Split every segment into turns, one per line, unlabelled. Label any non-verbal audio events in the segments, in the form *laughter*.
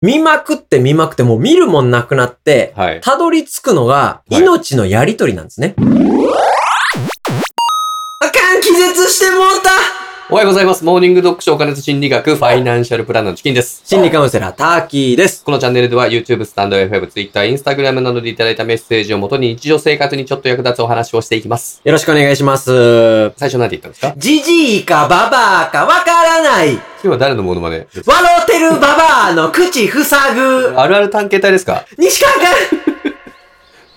見まくって見まくって、もう見るもんなくなって、
はい。
たどり着くのが、
はい
命のやりとりなんですね。あかん気絶してもうた
おはようございます。モーニングドッグお金と心理学、ファイナンシャルプランナーのチキンです。
心理カウンセラー、ターキーです。
このチャンネルでは YouTube、スタンド FM、Twitter、Instagram などでいただいたメッセージをもとに日常生活にちょっと役立つお話をしていきます。
よろしくお願いします。
最初何て言ったんですか
じじいかババアかわからない。
今日は誰のモノマネですか
笑ってるババアの口塞ぐ。
あるある探検隊ですか
西川君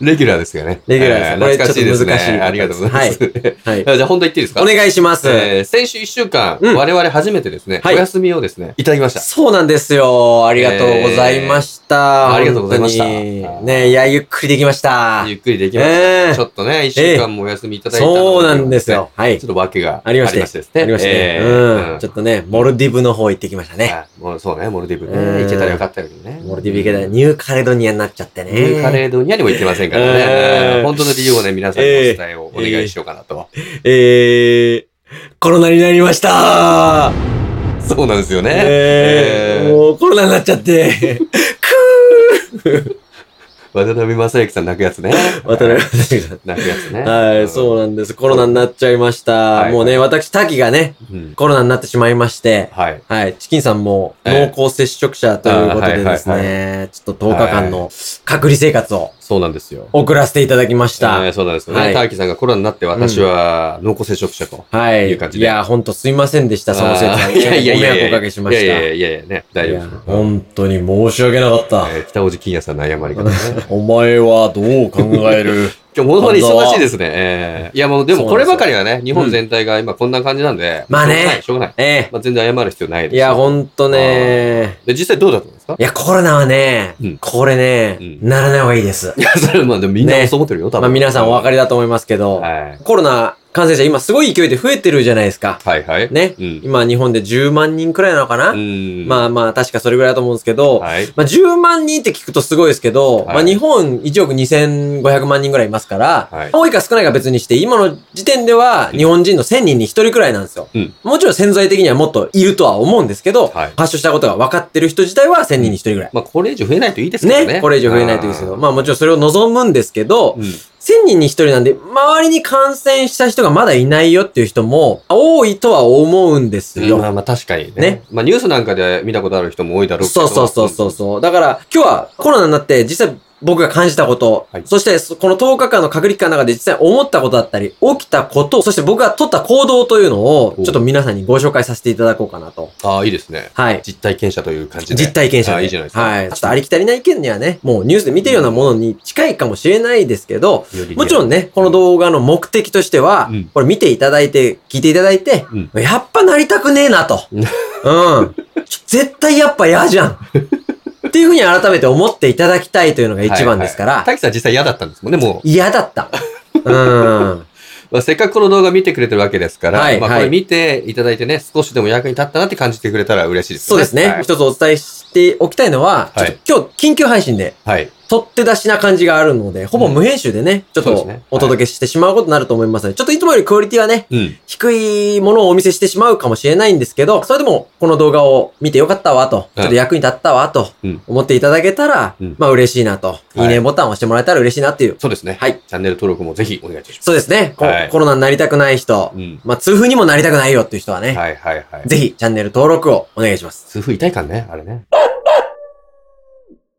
レギュラーですよね。
レギュラーです
え懐かしいですね。
これちょっと難しい
ありがとうございます。
はい。
*laughs* じゃあ本題言っていいですか
お願いします。
えー先週1週間、
うん
我々初めてですね、
はい
お休みをですね、いただきました。
そうなんですよ。ありがとうございました。
えーありがとうございました
本当にねいや、ゆっくりできました。
ゆっくりできました。
ええ
ちょっとね、1週間もお休みいただいたの
そうなんですよ。。はい
ちょ。っと訳が
ありまして。
ですね。
ありましてね。
えー
うん。ちょっとね、モルディブの方行ってきましたね。
あもうそうね、モルディブ
うん
ね。行けたらよかったけどね。
モルディブ行けたらニューカレドニアになっちゃってね。
ニューカレドニアにも行ってませんからね。
えー
うん本当の理由をね、皆さんにお伝えをお願いしようかなと。
えー、コロナになりました
そうなんですよね。
え
え
ー、
ー
もうコロナになっちゃ *laughs* って。
渡辺正行さん泣くやつね。
渡辺正行さん
泣くやつね。
*laughs* はい、そう
う
なんです。コロナになっちゃいまし
は
た。
い
もうね、私、滝がね、
ん。うん
コロナになってしまいまして、
はい。
はい、チキンさんも
え
濃厚接触者ということでです
あーはい
ね、ちょっと10日間の隔離生活を
そうなんですよ。
送らせていただきまし
えー
た。
そうなんですよ
は
ね。
い
ターキーさんがコロナになって私は濃厚接触者と。
はいい。
う感じ
い
で
や、ほんとすいませんでした、その節
あ
は。
ー *laughs* いやいやいや
ご
い
迷
や。
惑おかけしました。
い
い
やい
や
やいやいやね。大丈夫です。
ほんとに申し訳なかった。
えー北大路金也さんの謝り方ですね。
お前はどう考え
*laughs*
る
今日、ものまね忙しいですね。えーいや、もう、でも、こればかりはね、日
う
本
ん
全体が今こんな感じなんで。
まあね
しょうがない。しょうがない
え
まあ、全然謝る必要ないで
え。
す。
いや、ほんとね。
で、実際どうだったんですか
いや、コロナはね、
うん
これね、
うん
ならない方がいいです
い。や、それ、まあ、でもみんな
ね
そう思ってるよ、多分。
まあ皆さんお分か
り。
りだと思いますけど、
は
コロナ感染者今すごい勢いで増えてるじゃないですか。
い。はいはい。
ね。
うん。
今日本で10万人くらいなのかな、
うん。
まあまあ確かそれぐらいだと思うんですけど、
はい。
まあ10万人って聞くとすごいですけど、
はい
まあ日本1億2500万人くらいいますから、
はい
多いか少ないか別にして、今の時点では
うん
日本人の1000人に1人くらいなんですよ。
うん
もちろん潜在的にはもっといるとは思うんですけど、
はい
発症したことが分かってる人自体は1000人に1人くらい。
まあ、これ以上増えないといいですけど
ね
ね。
これ以上増えないといいですけど、
あ
まあもちろんそれを望むんですけど、
ーうん。
1000人に1人なんで、周りに感染した人がまだいないよっていう人も、多いとは思うんですよ。
まあまあ、確かにね。
ね
まあ、ニュースなんかで見たことある人も多いだろうけ
そ
ど。
うそうそうそうそう。だから、今日はコロナになって、実際僕が感じたこと、
はい
そしてそこの10日間の隔離期間の中で実際思ったことだったり、起きたこと、そして僕が取った行動というのを、
お
ちょっと皆さんにご紹介させていただこうかなと。
ああ、いいですね。
はい。
実体験者という感じで。
実体験者
あ
で。
ーいいじゃないですか。
はい。ちょっとありきたりな意見にはね、もうニュースで見てるようなものに近いかもしれないですけど、
よりリアル
もちろんね、この動画の目的としては、
うん
これ見ていただいて、聞いていただいて、
うん
やっぱなりたくねえなと。
う
うんん。ちょ絶対やっぱ嫌じゃん。っていうふうに改めて思っていただきたいというのが一番ですか
はい
ら
は、い滝さん実際嫌だったんですもんね、もう。
嫌、だった。うん。
まあ、せっかくこの動画見てくれてるわけですから、
はい
まあ、
は
こ
い
れ見ていただいてね、少しでも役に立ったなって感じてくれたら嬉しいです
そう
ね。
ですね。一つお伝えしておきたいのは、
はい
ちょっと今日緊急配信で、
はい。はい。
取って出しな感じがあるので、ほぼ無編集でね、ちょっ
そうです
と
ねはい
お届けしてしまうことになると思いますので、ちょっといつもよりクオリティはね、
うん。
低いものをお見せしてしまうかもしれないんですけど、それでもこの動画を見てよかったわと、
う
ち
ん
ょっと役に立ったわと
うん
思っていただけたら
うん、
まあ嬉しいなと、
い
いいねボタンを押してもらえたら嬉しいなっていう。
そうですね。
はい。
チャンネル登録もぜひお願いいたします。
そうですね。こ
はい
コロナになりたくない人
う、ん。
まあ痛風にもなりたくないよっていう人はね、
はいはいはい。
ぜひチャンネル登録をお願いします。
痛風痛いかんね、あれね。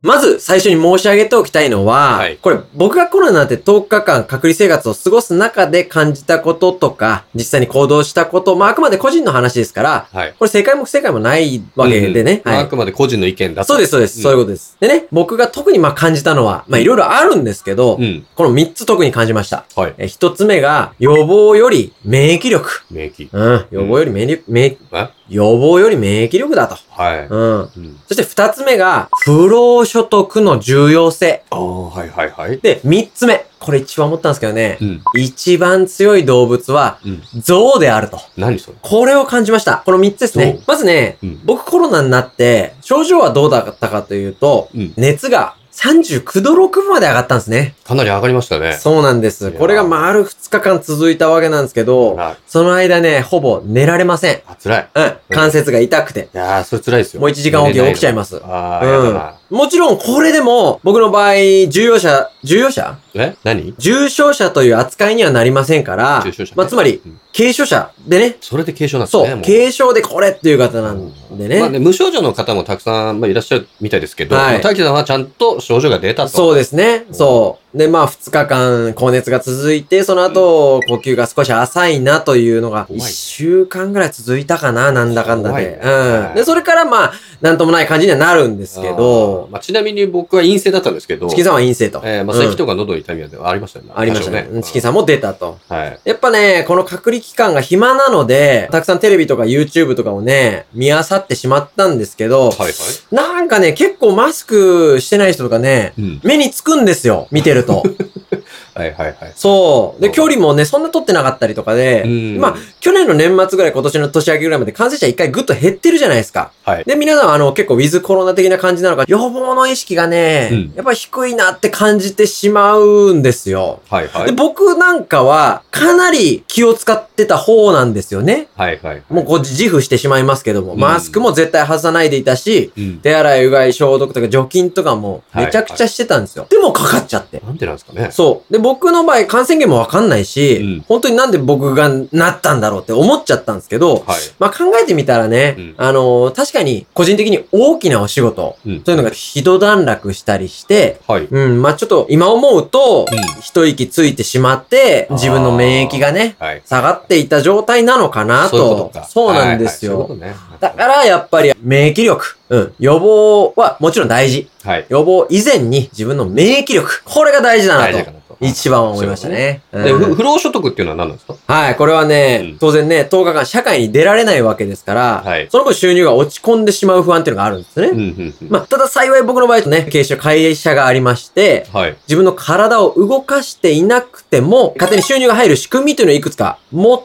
まず最初に申し上げておきたいのは、
はい
これ僕がコロナになって10日間隔離生活を過ごす中で感じたこととか、実際に行動したこと、まああくまで個人の話ですから、
はい。
これ正解も不正解もないわけでね。
うん
はい
あくまで個人の意見だと。
そうです、そうです、
うん
そういうことです。でね、僕が特にまあ感じたのは、まあいろいろあるんですけど、
うん。
この3つ特に感じました。
はい。
え、1つ目が、予防より免疫力。
免疫。
うん、予防より免疫、免
え
疫、予防より免疫力だと。
はい。
うん。
うん。
そして2つ目が、不労所得の重要性。
ああ、はいはいはい。
で、3つ目。これ一番思ったんですけどね
う。ん。
一番強い動物は、
うん。
象であると。
何それ
これを感じました。この3つですね
象。
まずね、
うん。
僕コロナになって、症状はどうだったかというと、
うん。
熱が39度6分まで上がったんですね。
かなり上がりましたね。
そうなんで
い
す。
やー
これが丸2日間続いたわけなんですけど、
あ
その間ね、ほぼ寝られません。
あ、辛い。
うん。関節が痛くて。
いやー、それ辛いですよ。
もう1時間おき
寝れない
起きちゃいます。
あー、やだな。
もちろん、これでも、僕の場合、重要者、重要者
え何
重症者という扱いにはなりませんから、
重症者ね
まあ、つまり、
うん
軽症者でね、
それで軽症なんですね。
そう、
も
軽症でこれっていう方なんでね。
まあね、無症状の方もたくさん、まあ、いらっしゃるみたいですけど、
はい
まあ滝さんはちゃんと症状が出たと。
そうですね。
うん
そう。で、まあ、2日間、高熱が続いて、その後、呼吸が少し浅いなというのが、
怖
1
い
週間ぐらい続いたかな、なんだかんだで。
怖いね
うん。で、それから、まあ、なんともない感じにはなるんですけ
あ
ど
ー、まあ、ちなみに僕は陰性だったんですけど、
チキンさんは陰性と。
えーまあ、
うん
咳とか喉の痛みはありましたよね。
ありましたね
多。少
チキンさんも出たと。
はい。
やっぱね、この隔離期間が暇なので、たくさんテレビとか YouTube とかをね、見漁ってしまったんですけど、
はいはい。
なんかね、結構マスクしてない人とかね、
うん。
目につくんですよ、見てると。
はいはいはい。
そう。で、距離もね、そんな取ってなかったりとかで、
うん
まあ、去年の年末ぐらい、今年の年明けぐらいまで感染者一回ぐっと減ってるじゃないですか。
はい。
で、皆さん、あの、結構ウィズコロナ的な感じなのか、予防の意識がね、
うん
やっぱ低いなって感じてしまうんですよ。
はいは
で、
い。
僕なんかは、かなり気を使ってた方なんですよね。
はいはい。
もうこう自負してしまいますけども、
うん
マスクも絶対外さないでいたし、
うん。
手洗い、うがい、消毒とか除菌とかも
はい
めちゃくちゃしてたんですよ。でもかかっちゃって。
なんでなんですかね。
そう。で、僕の場合感染源もわかんないし、
うん
本当になんで僕がなったんだろうって思っちゃったんですけど、
はい。
まあ考えてみたらね、
うん
あのー確かに個人的に大きなお仕事、
うん
というのがひど段落したりして、
はい。
うん、まあちょっと今思うと、
う
一息ついてしまって、
あー
自分の免疫がね、
はい。
下がっていた状態なのかな
そういうこととか。。
そうなんですよ。
はいはいそういうこと
だ
ね。
からやっぱり免疫力、うん、予防はもちろん大事。
はい。
予防以前に自分の免疫力、これが大事だ
大事
な
か
と。
なと。
一番思いましたね。
で。
うん
ふ不労所得っていうのは何なんですか
はい、これはね、
うん
当然ね、10日間社会に出られないわけですから、
はい
その分収入が落ち込んでしまう不安っていうのがあるんですね。
うんうんうん。
まあ、ただ幸い僕の場合とね、軽症、会社がありまして、
はい。
自分の体を動かしていなくても、勝手に収入が入る仕組みというのをいくつか持っ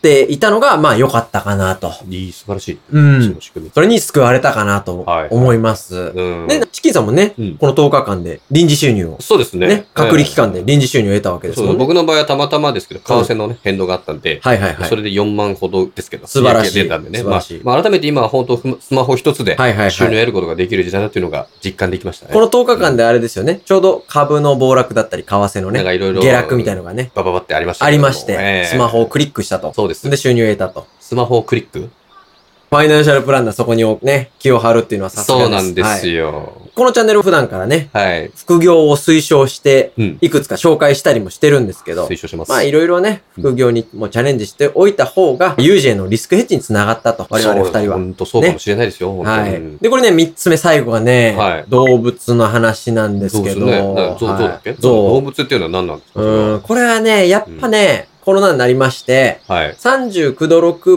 ていたのが、まあ良かったかなと。
いい、素晴らしい。
う
その
ん。
仕組み。
それに救われたかなと
はい
思います。
うん。
で、チキンさんもね、
うん
この10日間で臨時収入を、
そうですね。
ね、隔離期間
え
で
え
臨時収入を得たわけです
そう
もんね。
僕の場合はたまたまですけど、為替のね、変動があったんで、
はいはいはい
そ。れで4万ほどですけど、
素晴らしい
利益が出たんでね。
素晴らしい
まあ、まあ改めて今は本当ふスマホ一つで
はいはい
収入を
はい。
得ることができる時代だというのが実感できましたね。
この10日間であれですよね、ちょうど株の暴落だったり、為替の
なん
ね、
かいろいろ
下落みたいなのがね、
バババってありました
あ
け
り
ども
まして、スマ。
え
ホをクリックしたと
え。そうです
で、。収入を得たと。
スマホをクリック
ファイナンシャルプランナーそこにね、気を張るっていうのはさすがです。
そうなんです
はい
よ。
このチャンネル普段からね、
はい。
副業を推奨して、
うん。
いくつか紹介したりもしてるんですけど
推、奨します。
まあいろいろね、副業にもチャレンジしておいた方が、有事へのリスクヘッジにつながったと、我々二人は。
本当そうかもしれないですよ。本当
は
に
い。で、これね、三つ目、最後がね、
はい
動物の話なんです
そう
け
です
ど、
ね。なゾウゾウだっけ
はい
動
ゾ
物っていうのは何なんですか
ウ。うん、これはね、やっぱね、コロナになりまして、
はい。
39度6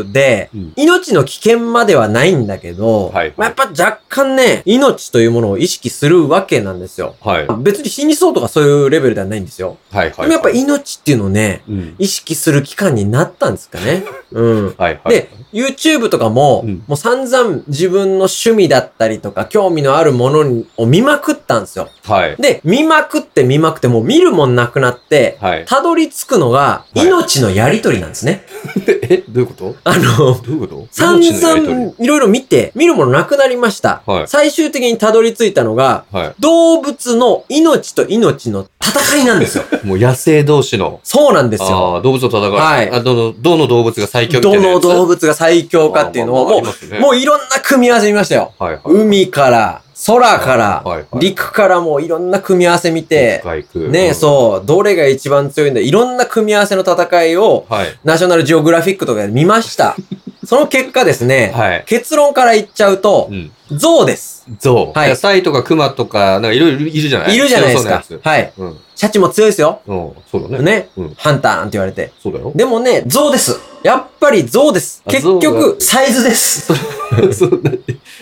分で
うん、
命の危険まではないんだけど、
はい
まあやっぱ若干ね、命というものを意識するわけなんですよ。
はい。はい
別に死にそうとかそういうレベルではないんですよ。
はい。
でもやっぱ命っていうのをね、
うん。
意識する期間になったんですかね。うん。
はいはい。
で、YouTube とかも、
うん
もう散々自分の趣味だったりとか、興味のあるものにを見まくったんですよ。
はい。
で、見まくって見まくって、もう見るもんなくなって、
はい。
たどり着くのが、
はい
命のやりとりなんですね。
え、どういうこと
あの、
どういうこと
散
命のやりとり
々いろいろ見て、見るものなくなりました。
はい
最終的にたどり着いたのが、
は
動物の命と命の戦いなん
*laughs*
ですよ。
い。もう野生同士の。
そうなんですよ。
ああ、動物と戦う。
はい
あどの、どの動物が最強みた
ど
いな
の
やつ。
動物が最強かっていうのを、も
う、
う、
も
もういろんな組み合わせ見ましたよ。
う、はいはい。
海から、空か
はいは
ら
いは、い
陸からもういろんな組み合わせ見て、
深い空
ねそう、どれが一番強いんだ、いろんな組み合わせの戦いを、
うん。はい。
ナショナルジオグラフィックとかで見ま
*laughs*
した。その結果ですね、
はい。
結論から言っちゃうと
う、ん。
象です。
ゾウ。
はい
野菜とか熊とか、なんかいろいろいるじゃない
いるじゃないですか
強そう。な
はい。
やつ
シャチも強いですよ。
うん。うん。そうだね。
ね。
うん。
ハンターンって言われて。
そうだよ。
でもね、象です。やっぱり象です。
あ
結
象
局、
だ *laughs*
サイズです。
そうだね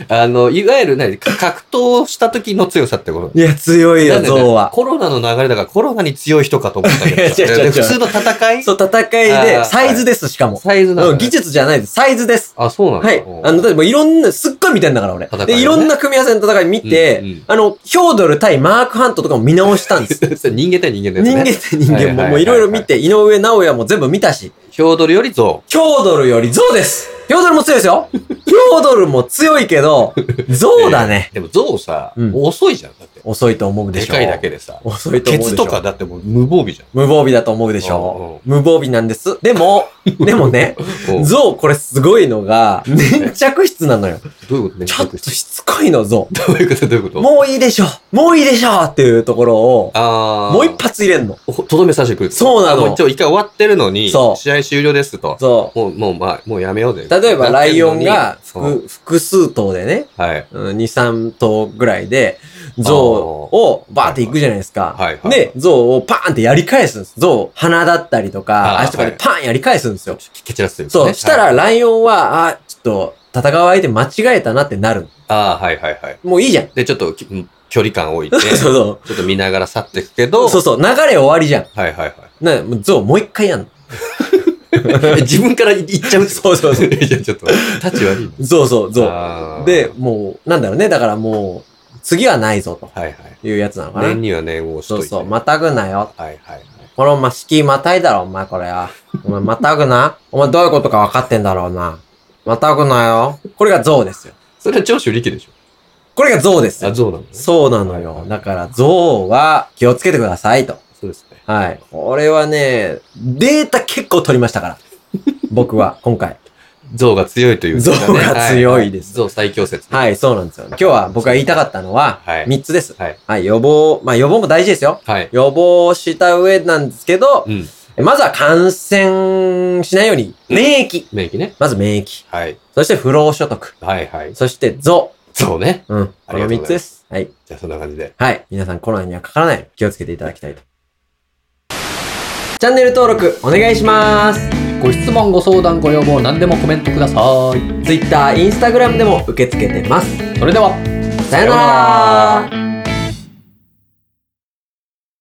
あの、いわゆるね、か格闘した時の強さってこと
いや、強い
な
よ、
んで
ゾ
ね
ウは。
コロナの流れだからコロナに強い人かと思った
*laughs*
け
いや違う
ど、
違う違う
で普通の戦い
そう、戦い
あ
で、
ー
サイズです、しかも。
サイズなの、
うん技術じゃないです。サイズです。
あ、そうなんだ。
はい
お。う
あの、だってもういろんな、すっごい見てんだから俺。
戦いをね
で、いろんな組み合わせの戦い見て、
うんうん
あの、ヒョードル対マークハントとかも見直したん
*laughs*
です。
*laughs* それ人間対人間のやつ
人間
ね。
対人間
はいはいはいは
も
い
もういろいろ見て、井上直也も全部見たし、
ヒョードルよりゾ
ヒョードルよりゾウですヒョードルも強いですよヒョードルも強いけど、ゾウだね
ウ。。でもゾウさ、
うん
遅いじゃん。だって。
遅いと思うで
で
しょ。
かいだけでさ。
遅いと思う
ケ
でし
ツ
ょ。
とかだってもう無防備じ
無防備だと思うでしょ。無防備なんです。で
*laughs*
も、でもね、
ゃん。おう
ゾウこれすごいの
*laughs*
が、粘着質なのよ。
どういうことね
ちょっとしつこいの、ゾウ。
どういうことどういうこと
もういいでしょもういいでしょっていうところを、
あー
もう一発入れんの。
おとどめさせてくる。
そうなの
あもう一応一回終わってるのに、
そう
試合終了ですと。
そ
もう、もう、まあ、もうやめようぜ。
う。例えば、ライオンが
そう
複複数頭でね、
はい。
うん2、3頭ぐらいで、象をバーって行くじゃないですか。
はいはい
で、象をパーンってやり返すんです。象、鼻だったりとか、
あー
足とかでパーンやり返すんですよ。
蹴散らすということ
そ
ね
う。した
はい
ら、ライオンは、あ、ちょっと、戦う相手間違えたなってなるの。
ああ、はいはいはい。
もういいじゃん。
で、ちょっときん距離感置い
*laughs*
て、
そう
ちょ
そう。
っと見ながら去っていくけど、
そうそう。流れ終わりじゃん。
はいはいはい。
な、もう象もう一回やんの。 *laughs*
え自分から行っちゃうってこ
そ
と
うそうそう
いや、ちょっと、立ち悪いな。
そうそう、象。
あー
で、もう、なんだろうね。だからもう、次はないぞ、
はいはい。
というやつなのかな。
念には念をし
そ
というて。
そう、またぐなよ。
はいはいはい。
このま、敷居またいだろ、お前これは。お前またぐな。お前どういうことか分かってんだろうな。またぐなよ。これが象ですよ。
それは長州力でし
これが象です
ょ。あ、
よ。
そうなのね
そうなのよ。だから象は気をつけてくださいと。
そうですね。
はい。これはね、データ結構取りましたから。僕は、今回。
象が強いという、
象が強いです
はは象最強説。
はい、そうなんですよ。今日は僕が言いたかったのは、
はい
3つです。
はい。
はい、予防、まあ予防も大事ですよ。
はい。
予防した上なんですけど
う、ん。
まずは感染しないように、免疫。
免疫ね。
まず免疫。
はい。
そして不労所得。
はいはい。
そしてゾ
そうね。
ウ。うん。
あ
こ
り
の
がと
3
うございます
つです。はい。
じゃあそんな感じで。
はい。皆さんコロナにはかからないように気をつけていただきたいと。チャンネル登録お願いします。
ご質問、ご相談、ご要望、何でもコメントください。
Twitter、Instagram でも受け付けてます。
それでは。
さよなら